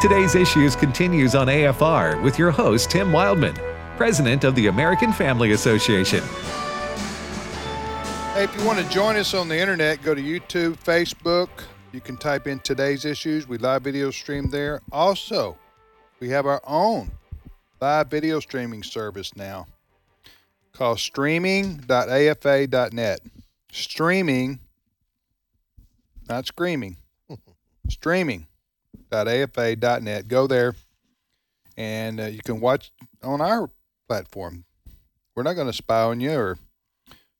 Today's Issues continues on AFR with your host, Tim Wildman, President of the American Family Association. Hey, if you want to join us on the internet, go to YouTube, Facebook. You can type in today's issues. We live video stream there. Also, we have our own live video streaming service now called streaming.afa.net. Streaming, not screaming, streaming.afa.net. Go there and uh, you can watch on our platform. We're not going to spy on you or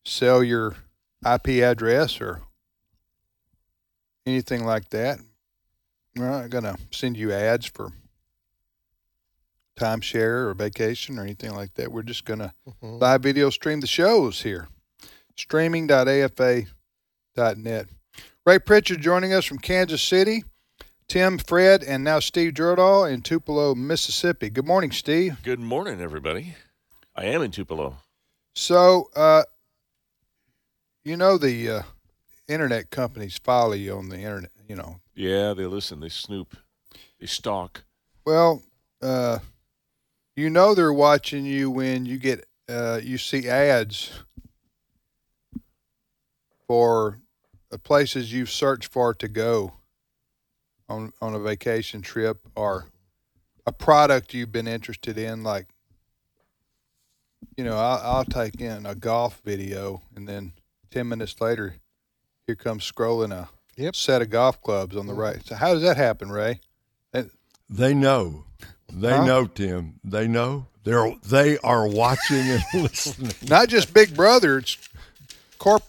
sell your IP address or anything like that. We're not going to send you ads for timeshare or vacation or anything like that. We're just going to live video stream the shows here. Streaming.afa.net. Ray Pritchard joining us from Kansas City. Tim, Fred, and now Steve Jordahl in Tupelo, Mississippi. Good morning, Steve. Good morning, everybody. I am in Tupelo. So, uh, you know the uh, internet companies follow you on the internet. You know, Yeah, they listen, they snoop, they stalk. well, uh, you know they're watching you when you get uh, you see ads for the places you've searched for to go on on a vacation trip or a product you've been interested in, like. You know, I'll, I'll take in a golf video, and then ten minutes later, here comes scrolling a Yep. set of golf clubs on the right. So, how does that happen, Ray? They know. They Huh? know, Tim. They know. They're they are watching and listening. not just Big Brother, it's corp,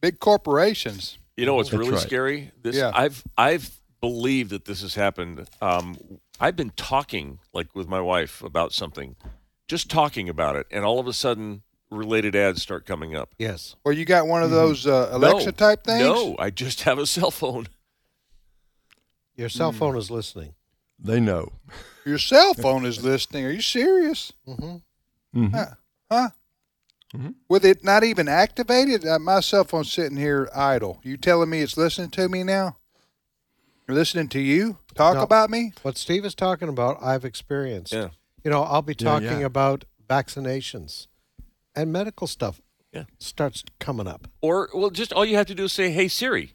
big corporations. You know what's That's really right. scary? This Yeah. I've I've believed that this has happened. Um, I've been talking like with my wife about something, just talking about it, and all of a sudden related ads start coming up. Yes. Or you got one of those uh, Alexa Mm-hmm. No. type things? No, I just have a cell phone. Your cell phone is listening. They know. Your cell phone is listening. Are you serious? Mm-hmm. Mhm. Huh? huh? With it not even activated, uh, my cell phone's sitting here idle. You telling me it's listening to me now? Listening to you talk No. about me? What Steve is talking about, I've experienced. Yeah. You know, I'll be Yeah, talking yeah. about vaccinations and medical stuff. Yeah. Starts coming up. Or well, just all you have to do is say, "Hey Siri."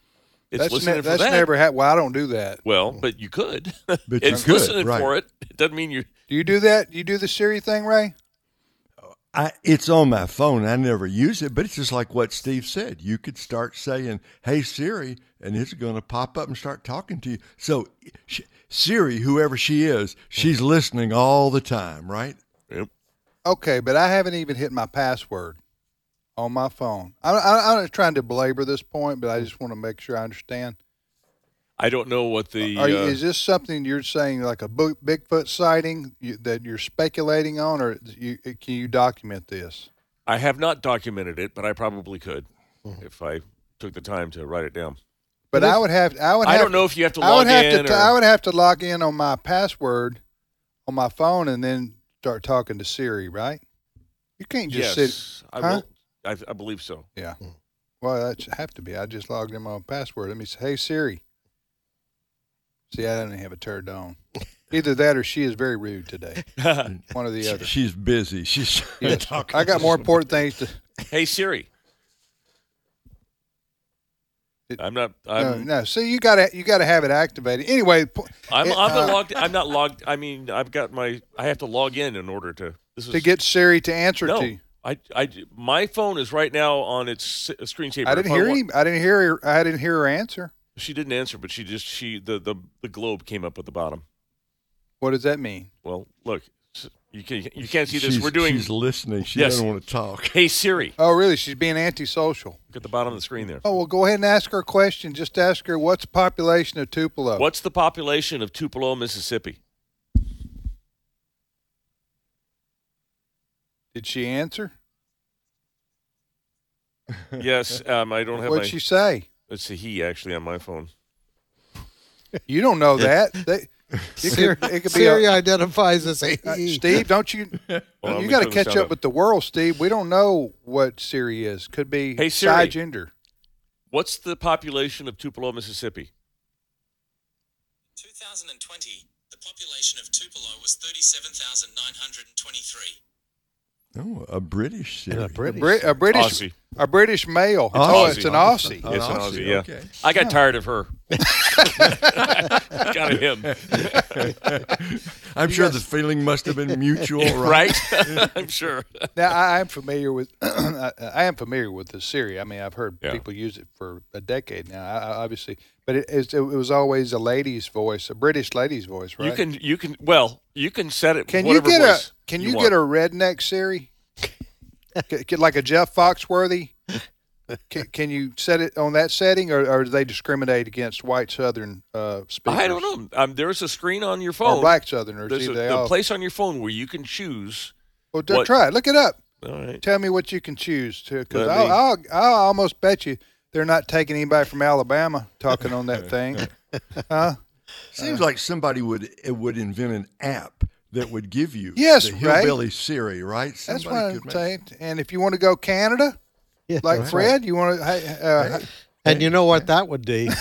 It's that's listening ne- for that's that. never happened. Well, I don't do that. well, but you could. But it's you could, listening right. for it. It doesn't mean you. Do you do that? You do the Siri thing, Ray? I it's on my phone. I never use it, but it's just like what Steve said. You could start saying, "Hey Siri," and it's going to pop up and start talking to you. So sh Siri, whoever she is, she's listening all the time, right? Yep. Okay, but I haven't even hit my password on my phone. I, I, I'm not trying to belabor this point, but I just want to make sure I understand. I don't know what the. Are you, uh, is this something you're saying, like a Bo- Bigfoot sighting you, that you're speculating on, or you, can you document this? I have not documented it, but I probably could Hmm. if I took the time to write it down. But I would have. I would. I Have, don't know if you have to I would log have in to. or- I would have to log in on my password on my phone and then start talking to Siri, right? You can't just sit. yes, I Huh? will. I, I believe so. Yeah. Mm. Well, that should have to be. I just logged in my own password. Let me say, hey, Siri. See, I don't even have it turned on. Either that or she is very rude today. One or the other. She's busy. She's Yes. talking. I got to more important things to. Hey Siri. It- I'm not. No, I'm. no. See, you gotta you gotta have it activated. Anyway, po- I'm. it, I'm uh, not logged. I'm not logged. I mean, I've got my. I have to log in in order to. This is to get Siri to answer no. to you. I, I. My phone is right now on its s- screensaver. I didn't If hear want- any, I didn't hear her. I didn't hear her answer. She didn't answer, but she just she the the the globe came up at the bottom. What does that mean? Well, look, s- you can you can't see this. She's- We're doing. She's listening. She Yes. doesn't want to talk. Hey Siri. Oh, really? She's being antisocial. Look at the bottom of the screen there. Oh well, go ahead and ask her a question. Just ask her what's the population of Tupelo. What's the population of Tupelo, Mississippi? did she answer? Yes, um, I don't have What'd my. she say? It's a he actually on my phone. You don't know that. They, you Siri, could, it could be a- Siri identifies as a Uh, he. Steve, don't you? Hold on, let you me got to turn catch the sound up with the world, Steve. We don't know what Siri is. Could be Hey, Siri. gender. What's the population of Tupelo, Mississippi? 2020, The population of Tupelo was 37,923. Oh, a British And Siri. a A, British. Brit- a British, Aussie. a British male. Aussie. Oh, it's an Aussie. Oh, It's an Aussie, Aussie, yeah. okay. I got tired of her. got him. I'm sure the feeling must have been mutual, right? Right? I'm sure. Now I I am familiar with I I am familiar with the Siri. I mean, I've heard Yeah. people use it for a decade now. I, I obviously, but it, it's- it was always a lady's voice, a British lady's voice, right? You can you can well, you can set it Can you whatever get voice a Can you, want. get a redneck Siri? C- c- like a Jeff Foxworthy? Can, can you set it on that setting, or, or do they discriminate against white Southern uh, speakers? I don't know. Um, there's a screen on your Or phone. black Southerners? There's a, either they the all- place on your phone where you can choose. well, d- what- try it. Look it up. All right. Tell me what you can choose to, because Let I'll, me- I'll, I'll almost bet you they're not taking anybody from Alabama talking on that thing. Huh? Seems like somebody would it would invent an app that would give you Yes, the right. hillbilly Siri, right? That's what Somebody I'm could make- saying. And if you want to go Canada, Yeah, like that's Fred, right. you want to. Uh, And you know what that would be?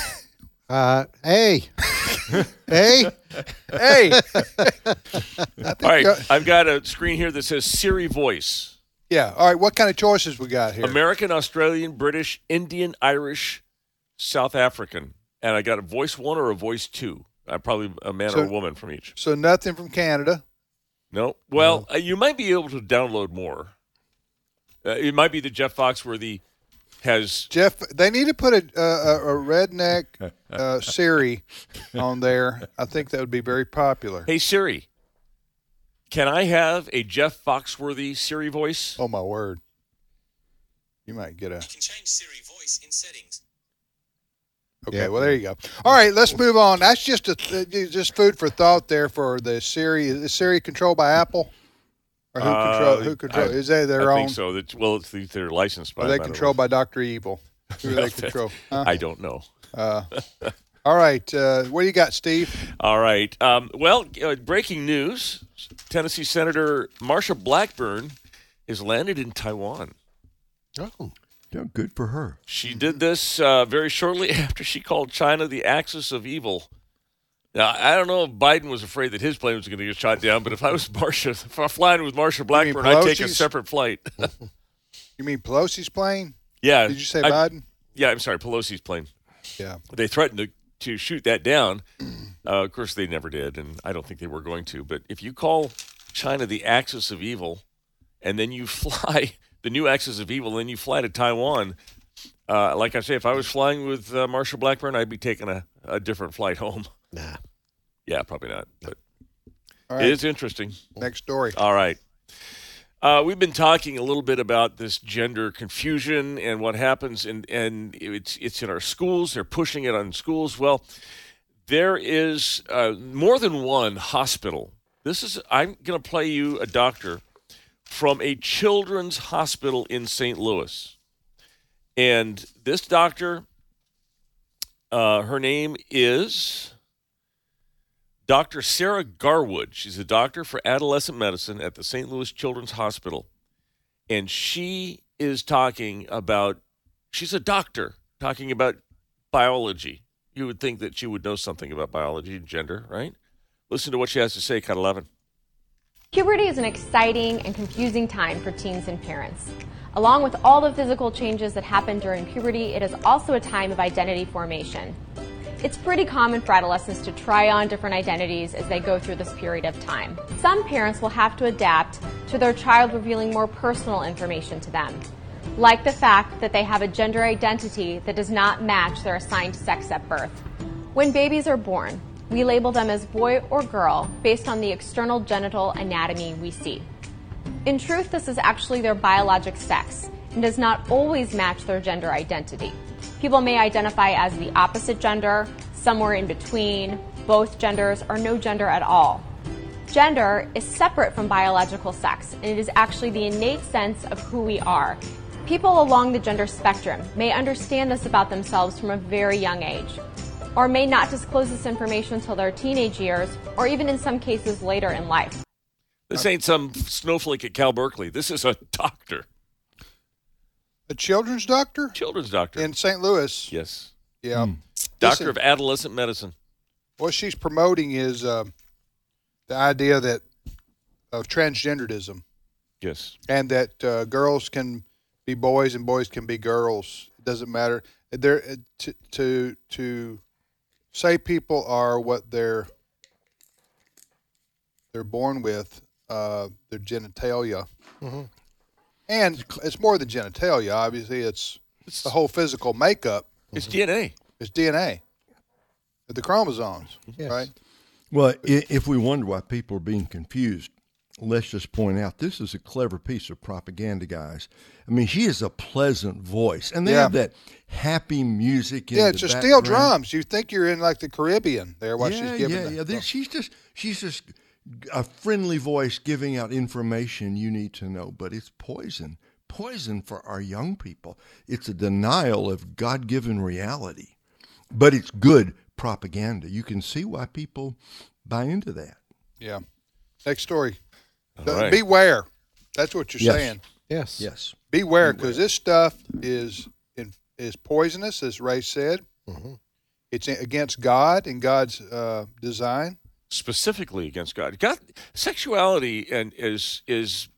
Uh, hey, hey, hey, All right. go- I've got a screen here that says Siri voice. yeah. All right, what kind of choices we got here? American, Australian, British, Indian, Irish, South African. And I got a voice one or a voice two. Uh, probably a man So- or a woman from each. So nothing from Canada. No. Well, Uh-huh. uh, you might be able to download more. Uh, it might be that Jeff Foxworthy has. Jeff, they need to put a uh, a, a redneck uh, Siri on there. I think that would be very popular. Hey Siri, can I have a Jeff Foxworthy Siri voice? Oh my word! You might get a. You can change Siri voice in settings. Okay, Yeah. well there you go. All right, let's move on. That's just a uh, just food for thought there for the Siri. Is Siri controlled by Apple, or who control? Uh, Who control? I- is that their I own? think so. That's, well, it's the, they're licensed by. Are they by the controlled by Doctor Evil? Who do way. they control? Huh? I don't know. Uh, all right, uh, what do you got, Steve? All right. Um, well, uh, breaking news: Tennessee Senator Marsha Blackburn is landed in Taiwan. oh, Yeah, good for her. She Hmm. did this uh, very shortly after she called China the axis of evil. Now, I don't know if Biden was afraid that his plane was going to get shot down, but if I was Marsha, if I'm flying with Marsha mean Blackburn, I'd take a Pelosi's? separate flight. You mean Pelosi's plane? yeah. Did you say I- Biden? Yeah, I'm sorry, Pelosi's plane. Yeah. They threatened to, to shoot that down. Uh, of course, they never did, and I don't think they were going to. But if you call China the axis of evil, and then you fly the new axis of evil, then you fly to Taiwan. Uh, like I say, if I was flying with uh, Marshall Blackburn, I'd be taking a, a different flight home. nah. Yeah, probably not. But All it right. is interesting. Next story. All right. Uh, we've been talking a little bit about this gender confusion and what happens, and and it's it's in our schools. They're pushing it on schools. Well, there is uh, more than one hospital. This is I'm going to play you a doctor from a children's hospital in St. Louis, and this doctor, uh, her name is Dr. Sarah Garwood. She's a doctor for adolescent medicine at the St. Louis Children's Hospital. And she is talking about, she's a doctor talking about biology. You would think that she would know something about biology and gender, right? Listen to what she has to say, Cut 11. Puberty is an exciting and confusing time for teens and parents. Along with all the physical changes that happen during puberty, it is also a time of identity formation. It's pretty common for adolescents to try on different identities as they go through this period of time. Some parents will have to adapt to their child revealing more personal information to them, like the fact that they have a gender identity that does not match their assigned sex at birth. When babies are born, we label them as boy or girl based on the external genital anatomy we see. In truth, this is actually their biologic sex and does not always match their gender identity. People may identify as the opposite gender, somewhere in between, both genders, or no gender at all. Gender is separate from biological sex, and it is actually the innate sense of who we are. People along the gender spectrum may understand this about themselves from a very young age, or may not disclose this information until their teenage years, or even in some cases later in life. This ain't some snowflake at Cal Berkeley. This is a doctor, A children's doctor children's doctor. in St. Louis. yes. Yeah. Doctor Listen. of adolescent medicine. What she's promoting is uh, the idea that of transgenderism Yes. and that uh, girls can be boys and boys can be girls. It doesn't matter. There uh, to to to say people are what they're they're born with, uh, their genitalia, and it's more than genitalia. Obviously, it's It's, the whole physical makeup. it's DNA. It's DNA, the chromosomes, Yes. right? Well, i- if we wonder why people are being confused, let's just point out this is a clever piece of propaganda, guys. I mean, she is a pleasant voice, and they Yeah. have that happy music. in Yeah, the it's just steel background. drums. You think you're in like the Caribbean there while yeah, she's giving yeah, the- yeah. This- She's just she's just a friendly voice giving out information you need to know, but it's poison, poison for our young people. It's a denial of God-given reality, but it's good propaganda. You can see why people buy into that. Yeah. Next story. The- right. Beware. That's what you're Yes. saying. Yes. Yes. Beware, because this stuff is in, is poisonous, as Ray said. Mm-hmm. It's a- against God and God's uh, design. specifically against God. God, sexuality and is is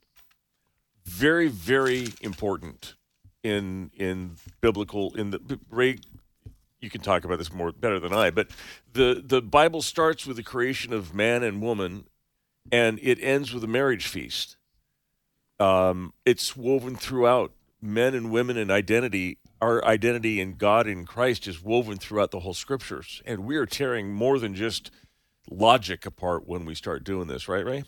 very very important in in biblical in the Ray. You can talk about this more better than I, but the the Bible starts with the creation of man and woman, and it ends with a marriage feast. Um, it's woven throughout men and women and identity. Our identity in God in Christ is woven throughout the whole scriptures, and we are tearing more than just logic apart when we start doing this, right, Ray?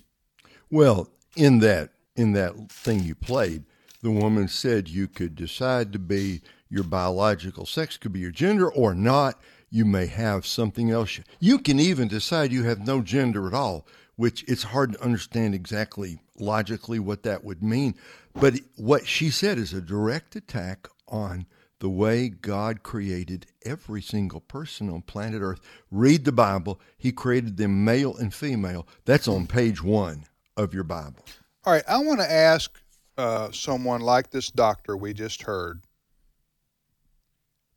Well, in that in that thing you played, the woman said you could decide to be your biological sex could be your gender or not. You may have something else. You can even decide you have no gender at all, which it's hard to understand exactly logically what that would mean. But what she said is a direct attack on the way God created every single person on planet Earth. Read the Bible. He created them male and female. That's on page one of your Bible. All right, I want to ask uh, someone like this doctor we just heard.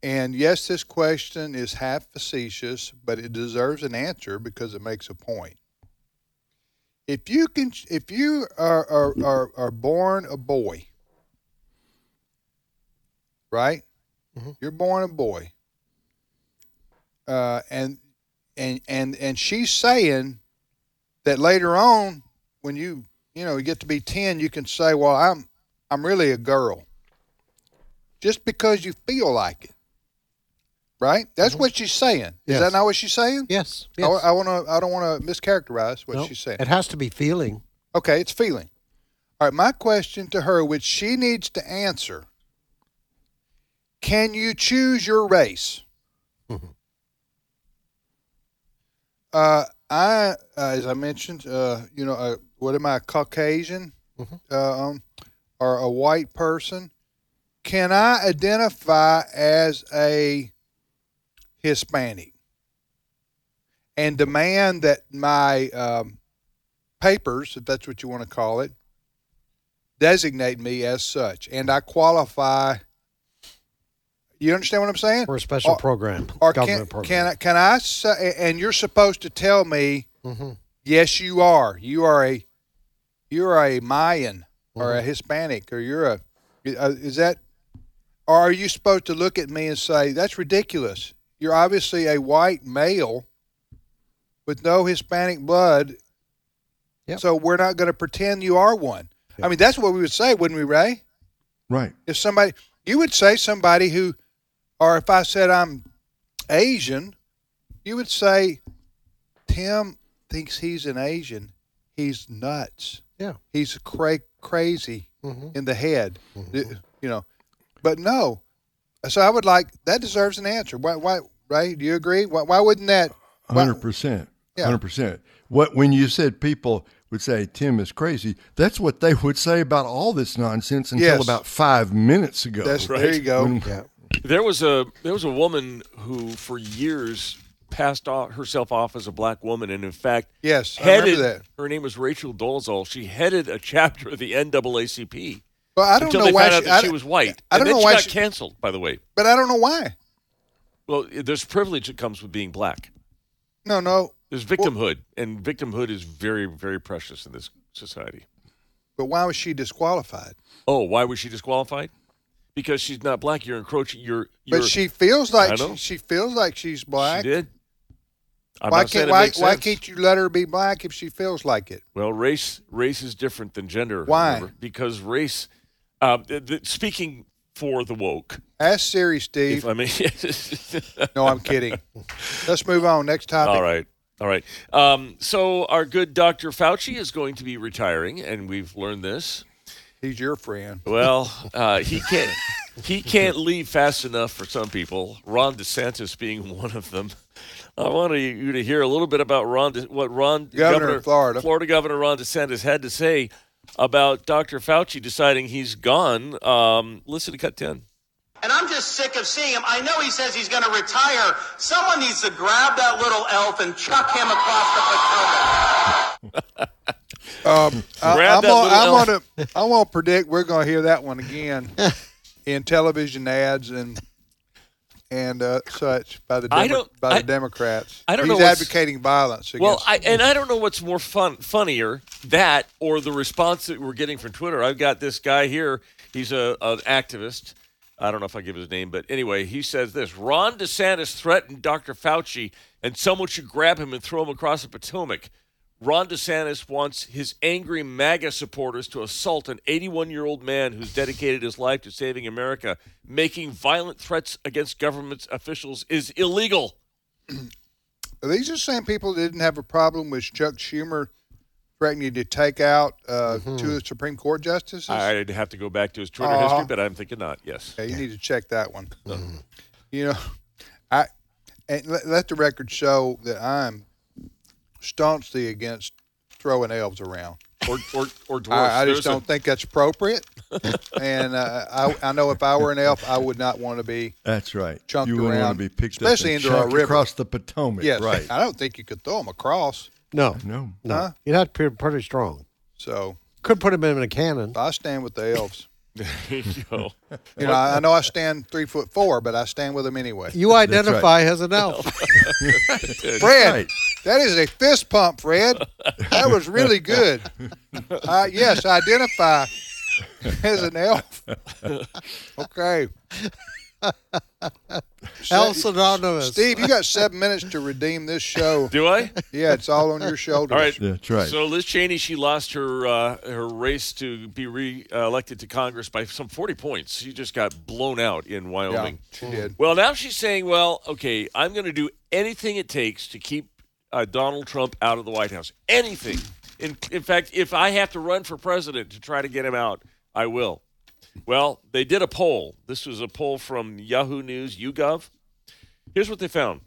And yes, this question is half facetious, but it deserves an answer because it makes a point. If you can, if you are are, are, are born a boy, right? Mm-hmm. You're born a boy, uh, and and and and she's saying that later on when you you know you get to be 10 you can say well i'm i'm really a girl just because you feel like it right that's what she's saying is Mm-hmm. Yes. that not what she's saying Yes. I- yes. i, want to i don't want to mischaracterize what No, she's saying It has to be feeling. okay it's feeling all right my question to her which she needs to answer can you choose your race uh i as i mentioned uh you know uh, what am i caucasian Mm-hmm. uh, um, or a white person can i identify as a hispanic and demand that my um, papers if that's what you want to call it designate me as such and i qualify you understand what i'm saying For a special Or- program, or can, government program. can I can I say? And you're supposed to tell me, Mm-hmm. yes, you are. You are a, you are a Mayan or Mm-hmm. a Hispanic or you're a, uh, is that, or are you supposed to look at me and say that's ridiculous? You're obviously a white male with no Hispanic blood, Yep. so we're not going to pretend you are one. I mean, that's what we would say, wouldn't we, Ray? Right. if somebody you would say somebody who or if i said i'm asian you would say tim thinks he's an asian he's nuts Yeah. he's cra- crazy in the head you know but no so i would like that deserves an answer why why Ray, do you agree why, why wouldn't that why- Hundred percent. Yeah. Hundred percent. What when you said people would say Tim is crazy, that's what they would say about all this nonsense until Yes. about five minutes ago. that's there you go When- Yeah. There was a there was a woman who for years passed off, herself off as a black woman, and in fact, Yes, I remember headed that. her name was Rachel Dolezal. She headed a chapter of the NAACP. but i don't until know they why found out I that she don't- was white. I don't And then know she why got she- canceled. By the way, but i don't know why well, there's privilege that comes with being black. No, no. There's victimhood, and victimhood is very, very precious in this society. But why was she disqualified? Oh, why was she disqualified? Because she's not black. You're encroaching. You're. you're But she feels I like know. she, she feels like she's black. She did. I'm Why not saying can't it why, makes why sense. can't you let her be black if she feels like it? Well, race race is different than gender. Why? however, because race. Uh, th- th- speaking for the woke, Ask Siri, Steve. if I mean. no, I'm kidding. Let's move on. Next topic. All right. All right. Um, so our good Dr. Fauci is going to be retiring, and we've learned this. He's your friend. Well, uh, he can't. He can't leave fast enough for some people. Ron DeSantis being one of them. I wanted you to hear a little bit about Ron, De, what Ron Governor of Florida. Florida Governor Ron DeSantis had to say about Dr. Fauci deciding he's gone. Um, listen to cut ten. And I'm just sick of seeing him. I know he says he's going to retire. Someone needs to grab that little elf and chuck him across the Potomac. Um, I, Grab I'm that gonna, I'm little gonna, I'm gonna predict we're gonna hear that one again in television ads and and uh, such by the Demo- I don't- by the I- Democrats. I don't He's know what's- advocating violence. Against Well, I, and I don't know what's more fun, funnier that or the response that we're getting from Twitter. I've got this guy here. He's a an activist. I don't know if I give his name, but anyway, he says this: Ron DeSantis threatened Dr. Fauci, and someone should grab him and throw him across the Potomac. Ron DeSantis wants his angry MAGA supporters to assault an 81 year old man who's dedicated his life to saving America. Making violent threats against government officials is illegal. Are these the same people that didn't have a problem with Chuck Schumer threatening to take out uh, Mm-hmm. two Supreme Court justices? I'd have to go back to his Twitter Uh-huh. history, but I'm thinking not. Yes. Yeah, you need to check that one. Mm-hmm. You know, I and let, let the record show that I'm staunchly against throwing elves around. Or or or dwarfs. I, I There's just don't a- think that's appropriate. and uh, I, I know if I were an elf, I would not want to be. That's right. Chunked you wouldn't around, want to be picked especially up and into our chunked river. across the Potomac. Yes, Right. I don't think you could throw them across. No, No. no. Huh? You'd have to be pretty strong. So Could put him in a cannon. I stand with the elves. There you go. You know, I, I know I stand three foot four, but I stand with them anyway. You identify as an elf. Fred, Right. that is a fist pump, Fred. That was really good. Uh, yes, identify as an elf. Okay, Elf's anonymous. Steve, you got seven minutes to redeem this show. Do I? Yeah, it's all on your shoulders. All right. That's right. So Liz Cheney, she lost her uh, her race to be re-elected to Congress by some 40 points. She just got blown out in Yeah, Wyoming. she did. Well, now she's saying, well, okay, I'm going to do anything it takes to keep uh, Donald Trump out of the White House. Anything. In, in fact, if I have to run for president to try to get him out, I will. Well, they did a poll. This was a poll from Yahoo News, YouGov. Here's what they found.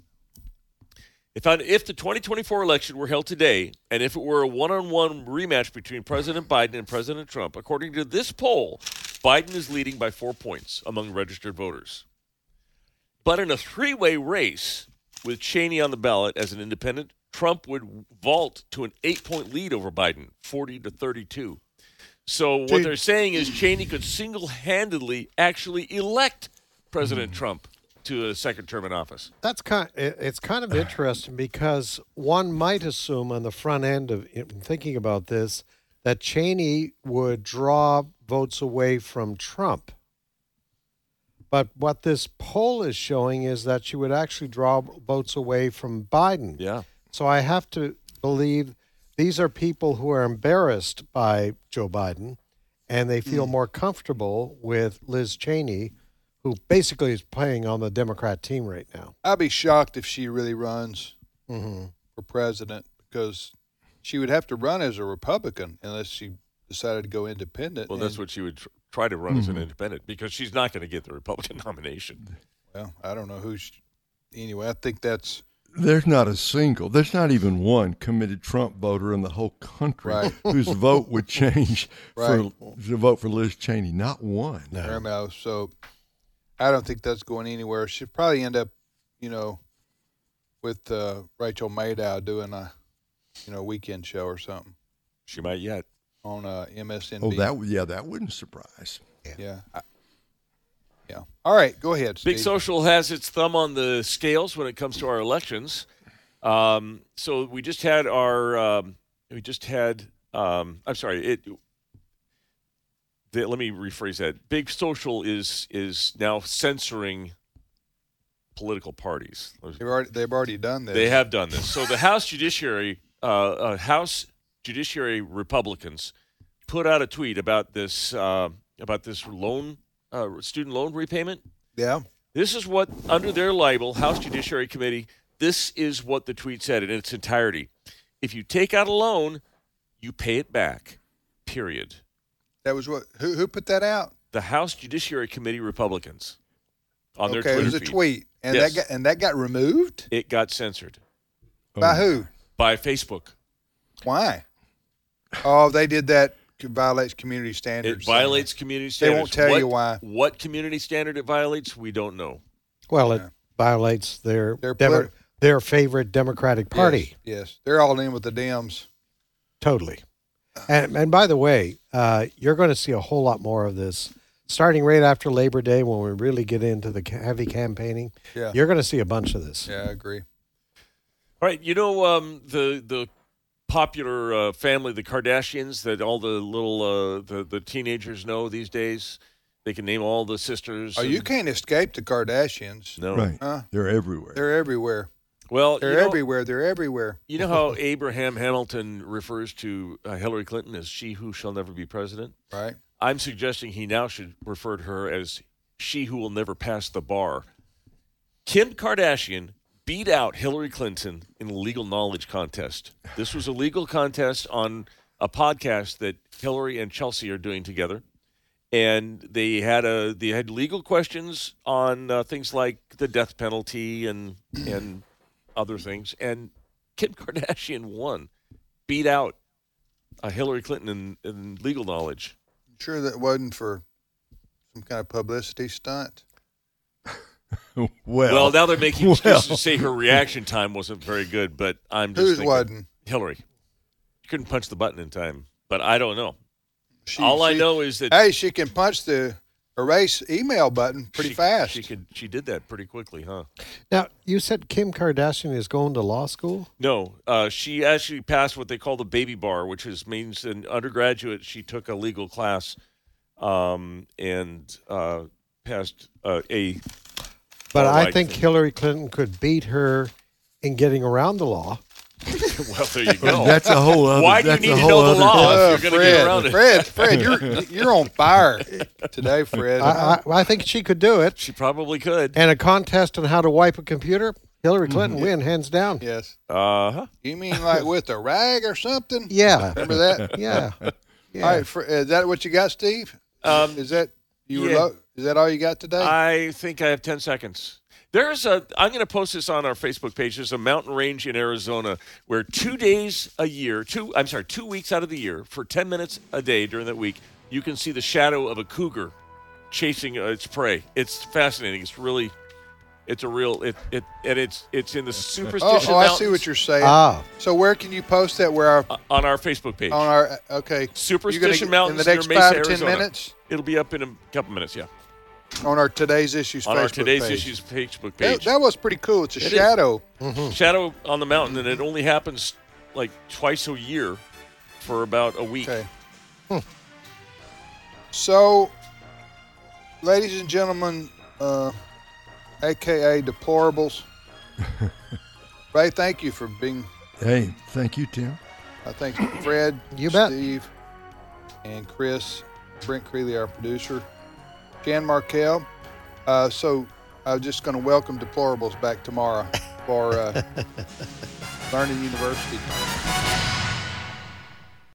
They found if the 2024 election were held today, and if it were a one-on-one rematch between President Biden and President Trump, according to this poll, Biden is leading by four points among registered voters. But in a three way race with Cheney on the ballot as an independent, Trump would vault to an eight point lead over Biden, 40 to 32. So what they're saying is Cheney could single handedly actually elect President Trump to a second term in office. That's kind. It, it's kind of interesting because one might assume on the front end of in thinking about this that Cheney would draw votes away from Trump. But what this poll is showing is that she would actually draw votes away from Biden. Yeah. So I have to believe these are people who are embarrassed by Joe Biden and they feel more comfortable with Liz Cheney, who basically is playing on the Democrat team right now. I'd be shocked if she really runs for president because she would have to run as a Republican unless she decided to go independent. Well, that's and- what she would tr- try to run as an independent because she's not going to get the Republican nomination. well, I don't know who's. Anyway, I think that's There's not a single, there's not even one committed Trump voter in the whole country Right. whose vote would change Right. for to vote for Liz Cheney. Not one. Paramount. So I don't think that's going anywhere. She'd probably end up, you know, with uh, Rachel Maddow doing a, you know, weekend show or something She might yet. on uh, MSNBC. Oh, that would- yeah, that wouldn't surprise. yeah. I- yeah. All right, go ahead. Steve. Big Social has its thumb on the scales when it comes to our elections. Um, so we just had our um, we just had um, I'm sorry it. The, let me rephrase that. Big social is is now censoring political parties. They've already they've already done this. They have done this. So the House Judiciary, uh, uh, House Judiciary Republicans, put out a tweet about this uh, about this loan uh, student loan repayment. Yeah. This is what under their label, House Judiciary Committee. This is what the tweet said in its entirety. If you take out a loan, you pay it back. Period. That was what who who put that out? The House Judiciary Committee Republicans on their okay, Twitter it was a feed. tweet, and Yes. that got, and that got removed It got censored by who? by Facebook. Why? Oh, they did that. Violates community standards. It violates community They standards. won't tell What- you why. What community standard it violates, we don't know. Well, Yeah. it violates their Their their, politi- their favorite Democratic Party. Yes, yes. they're all in with the Dems. Totally. Uh. And, and by the way, uh, you're going to see a whole lot more of this starting right after Labor Day when we really get into the ca- heavy campaigning. Yeah. You're going to see a bunch of this. Yeah, I agree. All right, you know um, the the popular uh, family, the Kardashians, that all the little uh, the the teenagers know these days. They can name all the sisters. Oh, and- you can't escape the Kardashians. No. Right. Huh? They're everywhere. They're everywhere. Well, They're you know, everywhere. They're everywhere. you know how Abraham Hamilton refers to uh, Hillary Clinton as "she who shall never be president." Right. I'm suggesting he now should refer to her as she who will never pass the bar. Kim Kardashian beat out Hillary Clinton in a legal knowledge contest. This was a legal contest on a podcast that Hillary and Chelsea are doing together. And they had a they had legal questions on uh, things like the death penalty and and other things. And Kim Kardashian won, beat out uh, Hillary Clinton in, in legal knowledge. I'm sure that wasn't for some kind of publicity stunt. well, Well, now they're making well. excuses to say her reaction time wasn't very good, but I'm just Who's thinking, wasn't? Hillary. She couldn't punch the button in time, but I don't know. She, All I she- know is that Hey, she can punch the erase email button pretty she, fast. She could. She did that pretty quickly, huh? Now, you said Kim Kardashian is going to law school? No, uh, she actually passed what they call the baby bar, which is means an undergraduate. She took a legal class, um, and uh, passed uh, a. But All I right, think then. Hillary Clinton could beat her in getting around the law. Well, there you go. that's a whole other. Why do you that's need a to whole know the other law? Oh, you're gonna get around it. Fred, Fred, you're you're on fire today, Fred. I, I, I think she could do it. she probably could. And a contest on how to wipe a computer, Hillary Mm-hmm. Clinton win hands down. yes. Uh huh. You mean like with a rag or something? Yeah. Remember that? Yeah. Yeah. All right, Fre- is that what you got, Steve? Um, is that you? Were yeah. low, is that all you got today? I think I have 10 seconds. There's a, I'm going to post this on our Facebook page. There's a mountain range in Arizona where two days a year, two, I'm sorry, two weeks out of the year, for 10 minutes a day during that week, you can see the shadow of a cougar chasing uh, its prey. It's fascinating. It's really, it's a real, it, it, and it's, it's in the oh, superstition oh I see Mountains what you're saying. Ah. So where can you post that? Where our, on our Facebook page. on our uh, okay Superstition you're gonna, Mountains in the next near Mesa, five to ten Arizona. minutes It'll be up in a couple minutes, yeah. on our today's issues On Facebook our Today's page. Issues Facebook That, page. that was pretty cool. It's a It is. shadow. Shadow on the Mountain, and it only happens like twice a year for about a week. Okay. Hmm. So, ladies and gentlemen, uh, aka deplorables, Ray, thank you for being. Hey, thank you, Tim. I thank Fred, You bet. Steve, and Chris, Brent Creeley, our producer, Jan Markell. Uh, so, I'm just going to welcome deplorables back tomorrow for uh, Learning University.